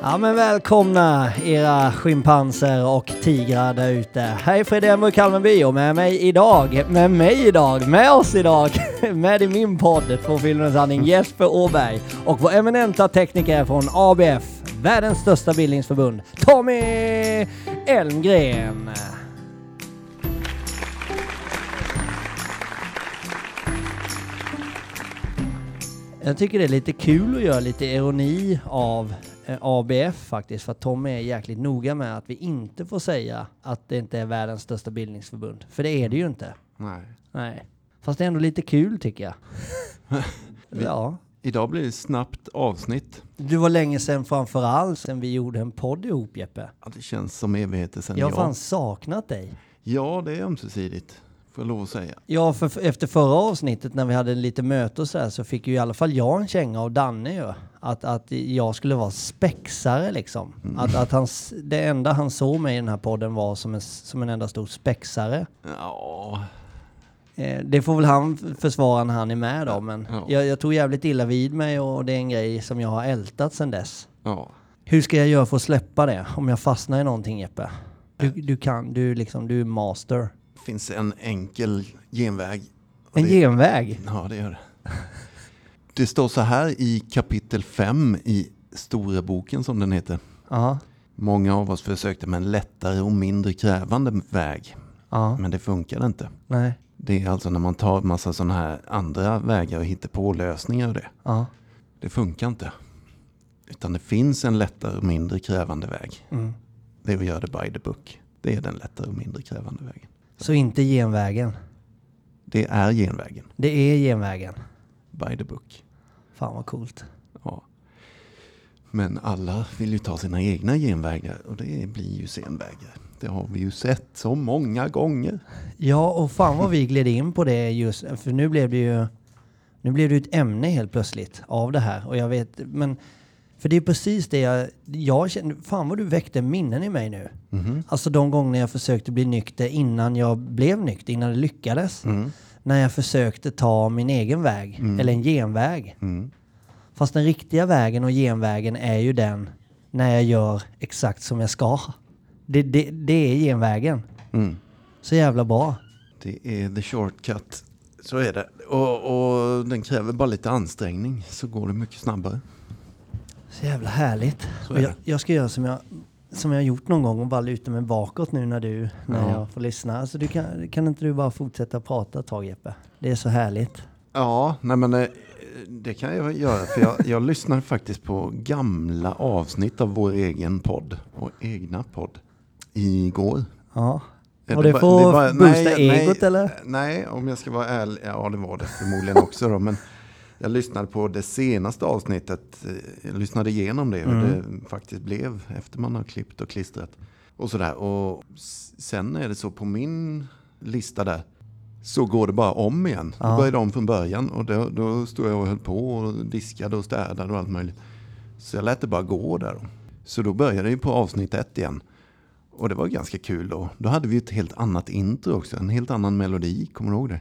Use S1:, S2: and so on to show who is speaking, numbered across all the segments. S1: Ja men välkomna era schimpanser och tigrar där ute. Hej Fredrik Emmerich Kalmenby och med mig idag, med mig idag, med oss idag, med i min podd från Filmen och Sanning Jesper Åberg och vår eminenta tekniker från ABF, världens största bildningsförbund, Tommy Elmgren. Jag tycker det är lite kul att göra lite ironi av eh, ABF faktiskt, för att Tommy är jäkligt noga med att vi inte får säga att det inte är världens största bildningsförbund. För det är det ju inte.
S2: Nej.
S1: Nej. Fast det är ändå lite kul tycker jag. ja.
S2: Idag blir det snabbt avsnitt.
S1: Du var länge sedan framförallt sen vi gjorde en podd ihop Jeppe.
S2: Ja, det känns som evigheter sedan
S1: Jag
S2: jag.
S1: har fan saknat dig.
S2: Ja, det är ömsesidigt. Får jag lov att säga.
S1: Ja, för efter förra avsnittet när vi hade lite möte och sådär så fick ju i alla fall jag en känga av Danne ju. Att, att jag skulle vara spexare liksom. Att, att hans, det enda han såg mig i den här podden var som en, som en enda stor spexare.
S2: Ja,
S1: Eh, Det får väl han f- försvara när han är med då, men
S2: Ja.
S1: jag, jag tog jävligt illa vid mig och det är en grej som jag har ältat sedan dess.
S2: ja.
S1: Hur ska jag göra för att släppa det om jag fastnar i någonting Jeppe? Du, du kan, du liksom, du är master.
S2: Det finns en enkel genväg. Och
S1: En
S2: det-
S1: genväg.
S2: Ja, det gör det. Det står så här i kapitel 5 i Stora boken som den heter.
S1: Ja,
S2: Många av oss försökte med en lättare och mindre krävande väg,
S1: ja,
S2: men det funkade inte.
S1: nej,
S2: Det är alltså när man tar en massa sådana här andra vägar och hittar på lösningar och det.
S1: ja.
S2: Det funkar inte. Utan det finns en lättare och mindre krävande väg.
S1: Mm.
S2: Det är att göra det by the book. Det är den lättare och mindre krävande vägen.
S1: Så inte genvägen.
S2: Det är genvägen.
S1: Det är genvägen.
S2: By the book.
S1: Fan vad coolt.
S2: Ja. Men alla vill ju ta sina egna genvägar och det blir ju senvägar. Det har vi ju sett så många gånger.
S1: Ja, och fan vad vi gled in på det just, för nu blev det ju nu blev det ju ett ämne helt plötsligt av det här. Och jag vet, men, för det är precis det jag, jag känner, fan vad du väckte minnen i mig nu. Alltså de gånger jag försökte bli nykter innan jag blev nykter, innan det lyckades. När jag försökte ta min egen väg, eller en genväg. Fast den riktiga vägen och genvägen är ju den när jag gör exakt som jag ska. Det, det, det är genvägen. Så jävla bra.
S2: Det är the shortcut. Så är det. Och, och den kräver bara lite ansträngning så går det mycket snabbare.
S1: Så jävla härligt.
S2: Så är
S1: Och jag,
S2: det.
S1: jag ska göra som jag, som jag har gjort någon gång och bara luta mig bakåt nu när du, när
S2: Ja.
S1: jag får lyssna. Så du kan, kan inte du bara fortsätta prata ett tag Jeppe? Det är så härligt.
S2: Ja, nej men eh, det kan jag göra. För jag, jag lyssnar faktiskt på gamla avsnitt av vår egen podd. Vår egna podd. Igår.
S1: Ja.
S2: Eh,
S1: Och det
S2: var-
S1: får
S2: var-
S1: boosta
S2: nej,
S1: egot eller?
S2: Nej, om jag ska vara ärlig. Ja, det var det förmodligen också då. Men jag lyssnade på det senaste avsnittet. eh, Jag lyssnade igenom det. Hur
S1: Mm.
S2: det faktiskt blev efter man har klippt och klistrat. Och sådär. Och s- sen är det så på min lista där. Så går det bara om igen. Då börjar det om från början. Och då, då stod jag och höll på och diskade och städade och allt möjligt. Så jag lät det bara gå där. då. Så då började jag ju på avsnitt ett igen. Och det var ganska kul då. Då hade vi ju ett helt annat intro också. En helt annan melodi, kommer du ihåg det?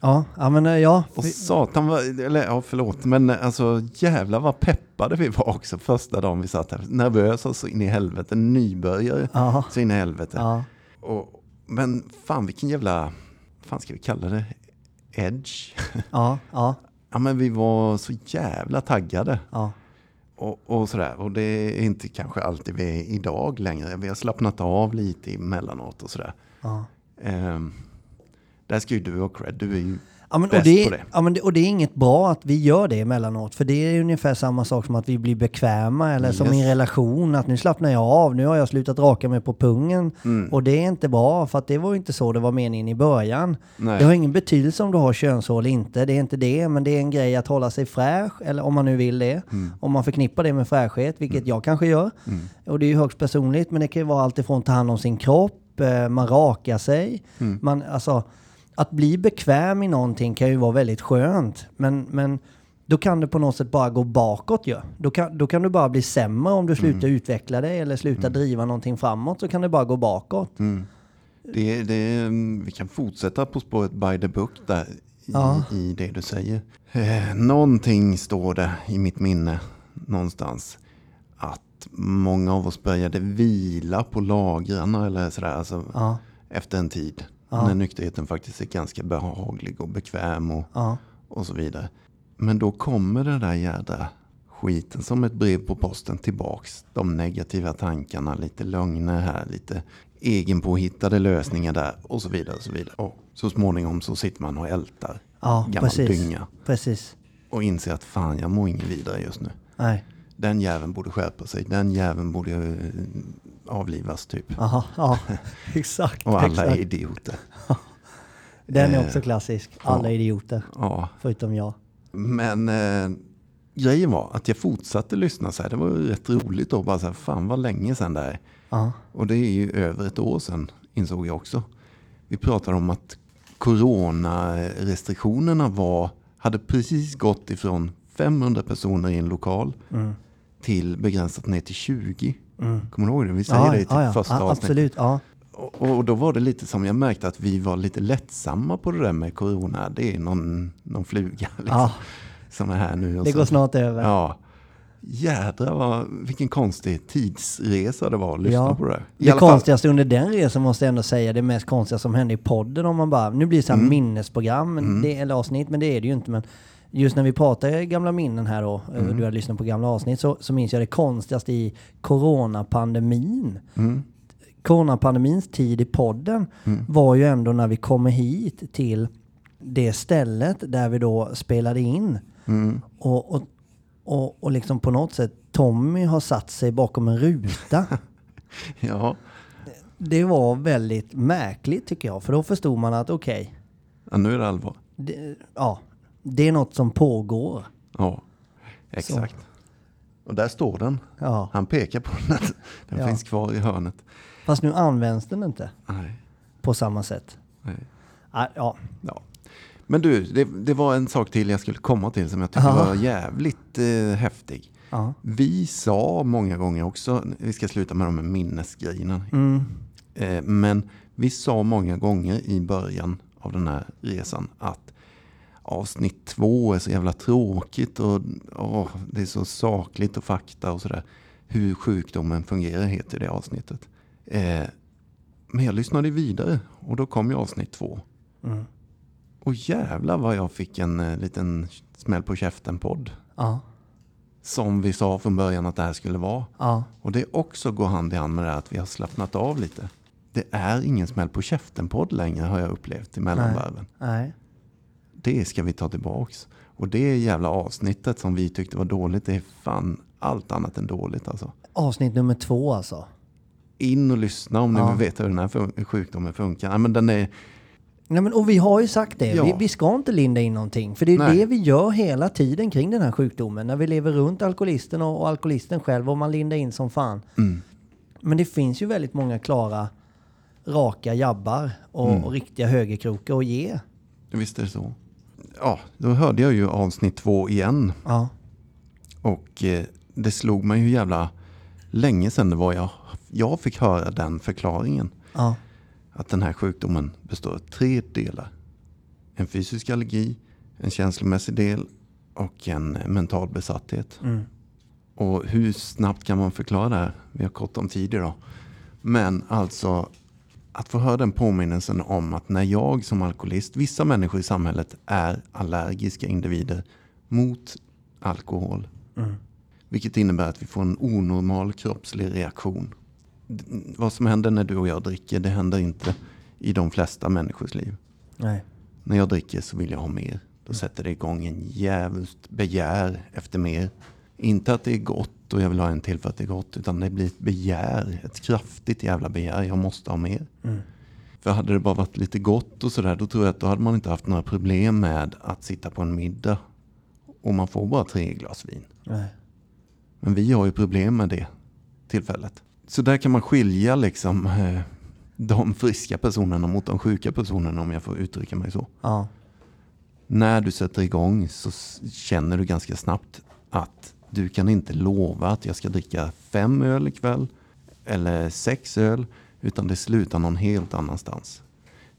S1: Ja, ja men eh, ja.
S2: Och satan var, eller ja förlåt, men alltså jävlar vad peppade vi var också första dagen vi satt här. Nervösa så in i helvete, nybörjare
S1: Ja.
S2: så in i helvete.
S1: ja.
S2: Och, men fan vilken jävla, fan ska vi kalla det? Edge?
S1: Ja, ja,
S2: ja men vi var så jävla taggade.
S1: ja.
S2: Och, och sådär. Och det är inte kanske alltid vi är idag längre. Vi har slappnat av lite emellanåt och sådär.
S1: Ja.
S2: Ehm, där ska ju du ha cred. Du är ju
S1: Ja, men, och,
S2: bäst
S1: det,
S2: på det.
S1: Ja, men det, och det är inget bra att vi gör det emellanåt, för det är ungefär samma sak som att vi blir bekväma eller som i en
S2: Yes.
S1: relation, att nu slappnar jag av, nu har jag slutat raka mig på pungen.
S2: Mm.
S1: Och det är inte bra, för att det var ju inte så det var meningen i början.
S2: Nej.
S1: Det har ingen betydelse om du har könshår eller inte, det är inte det, men det är en grej att hålla sig fräsch, eller om man nu vill det.
S2: Mm.
S1: Om man förknippar det med fräschhet, vilket jag kanske gör. Och det är ju högst personligt, men det kan ju vara alltifrån att ta hand om sin kropp, eh, man rakar sig,
S2: Mm.
S1: man, alltså att bli bekväm i någonting kan ju vara väldigt skönt. Men, men då kan det på något sätt bara gå bakåt ju. Då kan, då kan du bara bli sämre
S2: Mm.
S1: om du slutar utveckla dig eller slutar driva någonting framåt så kan det bara gå bakåt.
S2: Mm. Det, det, mm, vi kan fortsätta på spåret by the book där i,
S1: Ja.
S2: i det du säger. Eh, någonting står det i mitt minne någonstans att att många av oss började vila på lagrarna eller sådär. Alltså,
S1: Ja.
S2: Efter en tid.
S1: Ja.
S2: När nykterheten faktiskt är ganska behaglig och bekväm och,
S1: Ja.
S2: och så vidare. Men då kommer den där jädra skiten som ett brev på posten tillbaks. De negativa tankarna, lite lögner här, lite egenpåhittade lösningar där och så vidare. Och så vidare. Och så småningom så sitter man och ältar
S1: Ja,
S2: gammal
S1: precis.
S2: dynga
S1: Precis.
S2: och inser att fan, jag mår ingen vidare just nu.
S1: Nej.
S2: Den jäveln borde skärpa sig, den jäveln borde eh, avlivas typ.
S1: Aha, ja, exakt.
S2: Och alla eh, är
S1: exakt.
S2: idioter.
S1: Den är också klassisk. Alla idioter.
S2: Ja,
S1: Förutom jag.
S2: Men eh, grejen var att jag fortsatte lyssna så här. Det var ju rätt roligt då. Bara så här, fan vad länge sedan det är.
S1: Ja.
S2: Och det är ju över ett år sedan insåg jag också. Vi pratade om att coronarestriktionerna var, hade precis gått ifrån 500 personer i en lokal
S1: Mm.
S2: till begränsat ner till 20. Kommer du ihåg det? Vi säger det i typ
S1: ja, ja.
S2: första
S1: ja,
S2: avsnittet.
S1: Absolut, ja.
S2: Och, och då var det lite som jag märkte att vi var lite lättsamma på det där med corona. Det är någon, någon fluga liksom,
S1: Ja.
S2: som är här nu. Och
S1: Det
S2: så-
S1: går snart över.
S2: Ja. Jädrar vad, vilken konstig tidsresa det var att lyssna
S1: Ja.
S2: på det där. I
S1: Det
S2: alla fall-
S1: konstigaste under den resan måste jag ändå säga, det mest konstiga som hände i podden om man bara, nu blir det så här
S2: Mm.
S1: minnesprogram, men det, eller avsnitt, men det är det ju inte. Men just när vi pratar gamla minnen här då, eh,
S2: Mm.
S1: du har lyssnat på gamla avsnitt, så, så minns jag det konstigaste i coronapandemin.
S2: Mm.
S1: Coronapandemins tid i podden var ju ändå när vi kommer hit till det stället där vi då spelade in.
S2: Mm.
S1: Och, och, och, och liksom på något sätt, Tommy har satt sig bakom en ruta.
S2: Ja.
S1: Det var väldigt märkligt tycker jag, för då förstod man att okej,
S2: ja, nu är det allvar.
S1: det, ja, det är något som pågår.
S2: Ja, exakt. Och där står den.
S1: Ja.
S2: Han pekar på den. att Den
S1: Ja.
S2: finns kvar i hörnet.
S1: Fast nu används den inte
S2: Nej.
S1: på samma sätt.
S2: Nej.
S1: Ah, Ja,
S2: Ja. Men du, det, det var en sak till jag skulle komma till som jag tyckte
S1: Jaha.
S2: var jävligt eh, häftig.
S1: ja,
S2: Vi sa många gånger också, vi ska sluta med de här minnesgrejerna. Eh, men vi sa många gånger i början av den här resan att avsnitt två är så jävla tråkigt och åh, det är så sakligt och fakta och sådär. Hur sjukdomen fungerar heter det avsnittet. Eh, men jag lyssnade vidare och då kom ju avsnitt två. Och jävlar vad jag fick en eh, liten smäll på käften-podd
S1: ja,
S2: som vi sa från början att det här skulle vara.
S1: ja.
S2: Och det också går hand i hand med det här att vi har slappnat av lite. Det är ingen smäll på käften-podd längre har jag upplevt i mellanvarven.
S1: Nej.
S2: Det ska vi ta tillbaks. Och det jävla avsnittet som vi tyckte var dåligt, det är fan allt annat än dåligt alltså.
S1: Avsnitt nummer två alltså.
S2: In och lyssna om ni vill veta hur den här fun- sjukdomen funkar. Nej, men den är,
S1: Nej, men, och vi har ju sagt det,
S2: Ja.
S1: vi, vi ska inte linda in någonting. För det är
S2: Nej.
S1: det vi gör hela tiden kring den här sjukdomen. När vi lever runt alkoholisten och, och alkoholisten själv och man lindar in som fan.
S2: Mm.
S1: Men det finns ju väldigt många klara, raka jabbar och,
S2: Mm.
S1: och riktiga högerkrokar att ge.
S2: visst är det så. Ja, då hörde jag ju avsnitt två igen.
S1: Ja,
S2: Och eh, det slog mig hur jävla länge sedan det var jag, jag fick höra den förklaringen.
S1: ja,
S2: att den här sjukdomen består av tre delar. En fysisk allergi, en känslomässig del och en mental besatthet. Och hur snabbt kan man förklara det här? Vi har kort om tid idag. Men alltså att få höra den påminnelsen om att när jag som alkoholist, vissa människor i samhället är allergiska individer mot alkohol. Vilket innebär att vi får en onormal kroppslig reaktion vad som händer när du och jag dricker, det händer inte i de flesta människors liv.
S1: nej.
S2: När jag dricker så vill jag ha mer. Då sätter det igång en djävulskt begär efter mer. Inte att det är gott och jag vill ha en till för att det är gott, utan det blir ett begär, ett kraftigt jävla begär. Jag måste ha mer. För hade det bara varit lite gott och sådär, då tror jag att då hade man inte haft några problem med att sitta på en middag och man får bara tre glas vin.
S1: nej.
S2: Men vi har ju problem med det tillfället. Så där kan man skilja liksom eh, de friska personerna mot de sjuka personerna om jag får uttrycka mig så.
S1: Ja,
S2: När du sätter igång så s- känner du ganska snabbt att du kan inte lova att jag ska dricka fem öl ikväll eller sex öl utan det slutar någon helt annanstans.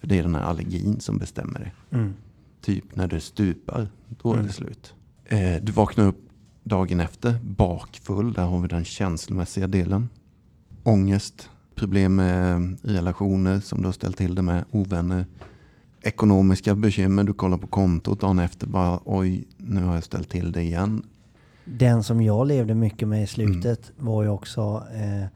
S2: För det är den här allergin som bestämmer det. Typ när du stupar, då är det slut. Eh, du vaknar upp dagen efter, bakfull, där har vi den känslomässiga delen. Ångest, problem med relationer som du har ställt till det med, ovänner. Ekonomiska bekymmer, du kollar på kontot dagen efter bara oj, nu har jag ställt till det igen.
S1: Den som jag levde mycket med i slutet var ju också... Eh,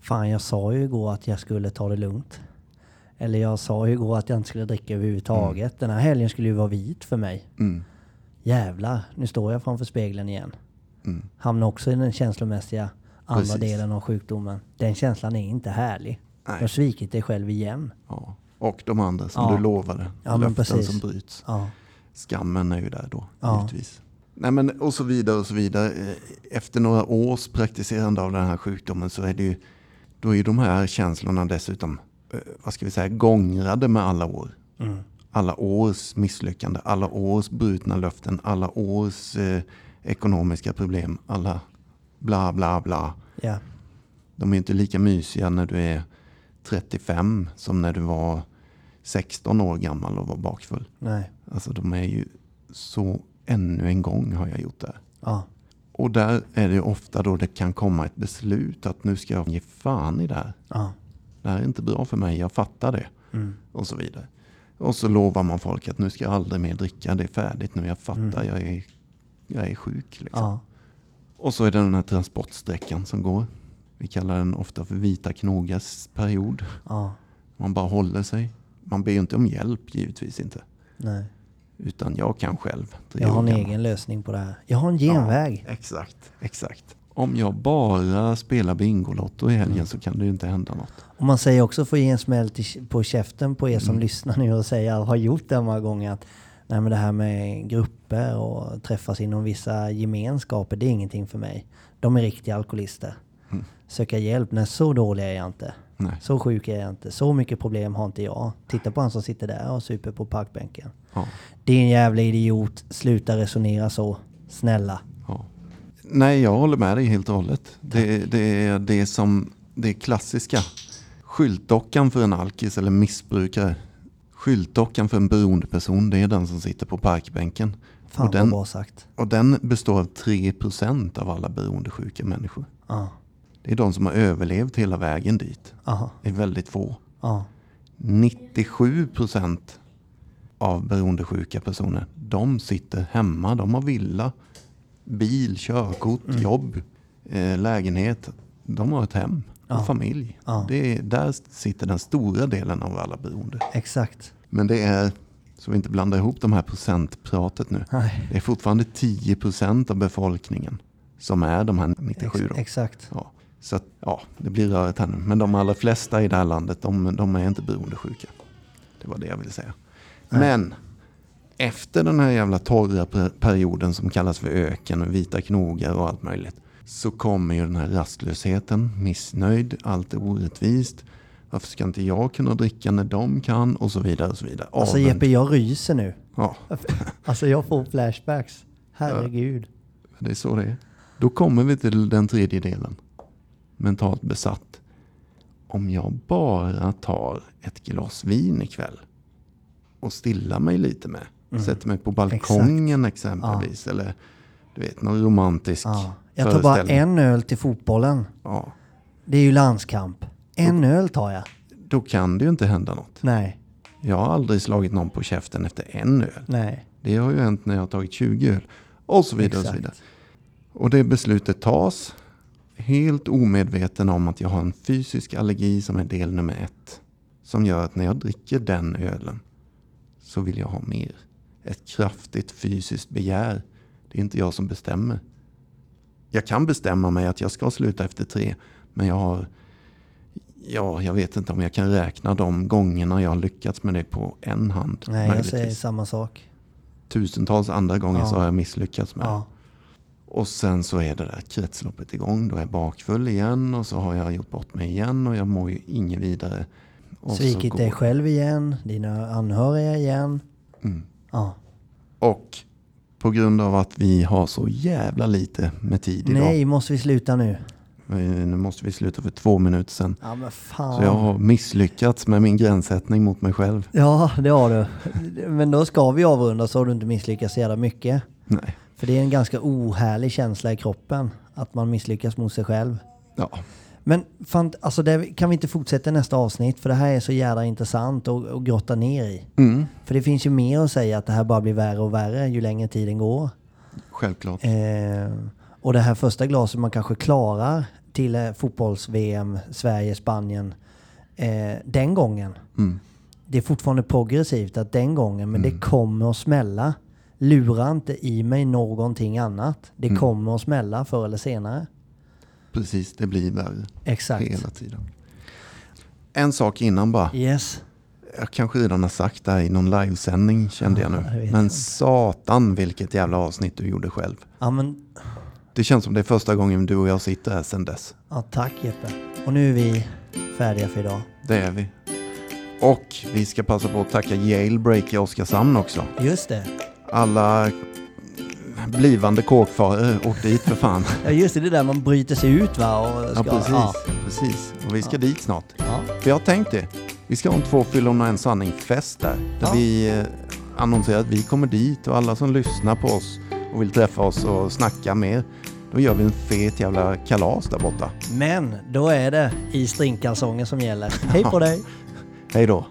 S1: fan, jag sa ju igår att jag skulle ta det lugnt. Eller jag sa ju igår att jag inte skulle dricka överhuvudtaget. Den här helgen skulle ju vara vit för mig.
S2: Mm.
S1: Jävlar, nu står jag framför spegeln igen. Hamnar också i den känslomässiga andra
S2: Precis.
S1: delen av sjukdomen. Den känslan är inte härlig.
S2: Nej.
S1: Du har svikit dig själv igen.
S2: Ja. Och de andra som
S1: Ja.
S2: du lovade,
S1: Ja, men
S2: löften
S1: precis.
S2: som bryts.
S1: Ja.
S2: Skammen är ju där då,
S1: Ja.
S2: givetvis. Nej, men och så vidare och så vidare. Eh, Efter några års praktiserande av den här sjukdomen så är det ju, då är ju de här känslorna dessutom, eh, vad ska vi säga, gångrade med alla år. Alla års misslyckande, alla års brutna löften, alla års eh, ekonomiska problem, alla bla bla bla.
S1: Ja.
S2: De är inte lika mysiga när du är 35 som när du var 16 år gammal och var bakfull.
S1: Nej.
S2: Alltså de är ju så ännu en gång har jag gjort det. här.
S1: Ja.
S2: Och där är det ju ofta då det kan komma ett beslut att nu ska jag ge fan i det här.
S1: Ja.
S2: Det här är inte bra för mig, jag fattar det.
S1: Mm.
S2: Och så vidare. Och så lovar man folk att nu ska jag aldrig mer dricka, det är färdigt nu, jag fattar, jag, är, jag är sjuk. Liksom.
S1: Mm. Ja.
S2: Och så är det den här transportsträckan som går. Vi kallar den ofta för vita knogars period.
S1: Ja.
S2: Man bara håller sig. Man ber ju inte om hjälp, givetvis inte.
S1: Nej.
S2: Utan jag kan själv.
S1: Jag har en
S2: Driver.
S1: egen lösning på det här. Jag har en
S2: Ja,
S1: genväg.
S2: Exakt, exakt. Om jag bara spelar Bingolotto i helgen så kan det ju inte hända något.
S1: Och man säger också, får ge en smäll till, på käften på er som
S2: Mm.
S1: lyssnar nu och säga, och har gjort det många gånger, att nej men det här med grupper och träffas inom vissa gemenskaper, det är ingenting för mig. De är riktiga alkoholister.
S2: Mm.
S1: Söka hjälp, nej så dålig är jag inte.
S2: Nej.
S1: Så sjuk är jag inte. Så mycket problem har inte jag. Titta på han som sitter där och super på parkbänken.
S2: Ja,
S1: Det är en jävla idiot, sluta resonera så. Snälla.
S2: ja. Nej, jag håller med dig helt och hållet. Det, det är det som det är klassiska. Skyltdockan för en alkis eller missbrukare. Skyltdockan för en beroendeperson, det är den som sitter på parkbänken.
S1: Fan
S2: och, den,
S1: vad bra sagt.
S2: och den består av 3% av alla beroendesjuka människor.
S1: Ja,
S2: Det är de som har överlevt hela vägen dit.
S1: aha,
S2: Det är väldigt få.
S1: ja.
S2: 97 procent av beroendesjuka personer, de sitter hemma. De har villa, bil, körkort,
S1: Mm.
S2: jobb, eh, lägenhet. De har ett hem och familj.
S1: Ja.
S2: Det är, där sitter den stora delen av alla beroende.
S1: Exakt.
S2: Men det är, så vi inte blandar ihop de här procentpratet nu.
S1: Nej.
S2: Det är fortfarande 10 procent av befolkningen som är de här 97. Då.
S1: Exakt.
S2: Ja. Så att, ja, det blir rörigt här nu. Men de allra flesta i det här landet, de, de är inte beroendesjuka. Det var det jag ville säga. Men efter den här jävla torra per- perioden som kallas för öken och vita knogar och allt möjligt. Så kommer ju den här rastlösheten, missnöjd, allt är orättvist. Varför ska inte jag kunna dricka när de kan? Och så vidare och så vidare.
S1: Alltså
S2: Avund.
S1: Jeppe, jag ryser nu.
S2: Ja,
S1: Alltså jag får flashbacks. Herregud.
S2: det är så det är. Då kommer vi till den tredje delen. Mentalt besatt. Om jag bara tar ett glas vin ikväll och stillar mig lite med.
S1: Mm.
S2: Sätter mig på balkongen exempelvis. Eller du vet, någon romantisk
S1: Ja. Jag tar bara
S2: föreställning.
S1: en öl till fotbollen.
S2: Ja,
S1: Det är ju landskamp. En öl tar jag.
S2: då kan det ju inte hända något.
S1: Nej,
S2: Jag har aldrig slagit någon på käften efter en öl.
S1: nej.
S2: Det har ju hänt när jag har tagit 20 öl. Och så vidare. Och, så
S1: Exakt.
S2: vidare. och det beslutet tas helt omedveten om att jag har en fysisk allergi som är del nummer ett. Som gör att när jag dricker den ölen så vill jag ha mer. Ett kraftigt fysiskt begär. Det är inte jag som bestämmer. Jag kan bestämma mig att jag ska sluta efter tre. Men jag har... Ja, jag vet inte om jag kan räkna de gångerna jag har lyckats med det på en hand.
S1: Nej, jag säger
S2: möjligtvis
S1: samma sak.
S2: tusentals andra gånger
S1: Ja.
S2: så har jag misslyckats med.
S1: Ja,
S2: Och sen så är det där kretsloppet igång. Då är jag bakfull igen och så har jag gjort bort mig igen och jag mår ju inget vidare. Och så
S1: Svikit
S2: går-
S1: dig själv igen, dina anhöriga igen.
S2: Mm.
S1: Ja.
S2: Och på grund av att vi har så jävla lite med tid idag.
S1: Nej, måste vi sluta nu?
S2: Eh, Nu måste vi sluta för två minuter sedan.
S1: Ja, men
S2: Så jag
S1: fan.
S2: har misslyckats med min gränssättning mot mig själv.
S1: Ja, det har du. Men då ska vi avrunda så har du inte misslyckats så jävla mycket.
S2: Nej.
S1: För det är en ganska ohärlig känsla i kroppen att man misslyckas mot sig själv.
S2: Ja.
S1: Men fan, alltså det kan vi inte fortsätta i nästa avsnitt för det här är så jävla intressant att, att grotta ner i. För det finns ju mer att säga att det här bara blir värre och värre ju längre tiden går.
S2: Självklart.
S1: Eh, och det här första glaset man kanske klarar till eh, fotbolls-VM, Sverige, Spanien, eh, den gången.
S2: Mm.
S1: Det är fortfarande progressivt att den gången, men det kommer att smälla. Lura inte i mig någonting annat. Det
S2: Mm.
S1: kommer att smälla förr eller senare.
S2: Precis, det blir värre
S1: Exakt.
S2: hela tiden. En sak innan bara.
S1: Yes.
S2: Jag kanske redan har sagt det här i någon livesändning kände jag
S1: jag
S2: nu.
S1: vet
S2: Men
S1: inte.
S2: satan vilket jävla avsnitt du gjorde själv.
S1: Ja, men,
S2: Det känns som det är första gången du och jag sitter här sedan dess.
S1: ja, tack Jeppe. Och nu är vi färdiga för idag.
S2: Det är vi. Och vi ska passa på att tacka Jailbreak i Oskarshamn också.
S1: Just det.
S2: Alla blivande kåkfarare, åk dit för fan.
S1: Ja, just det. Det är där man bryter sig ut va? Och
S2: Ja,
S1: ska,
S2: precis.
S1: Ja.
S2: precis. Och vi ska dit snart.
S1: Ja.
S2: För jag har tänkt det. Vi ska ha en två fyllon och en sanning-fest där. Där
S1: Ja.
S2: vi eh, annonserar att vi kommer dit och alla som lyssnar på oss och vill träffa oss och snacka mer. Då gör vi en fet jävla kalas där borta.
S1: Men då är det i stringkalsonger som gäller. Hej på dig!
S2: Hej då!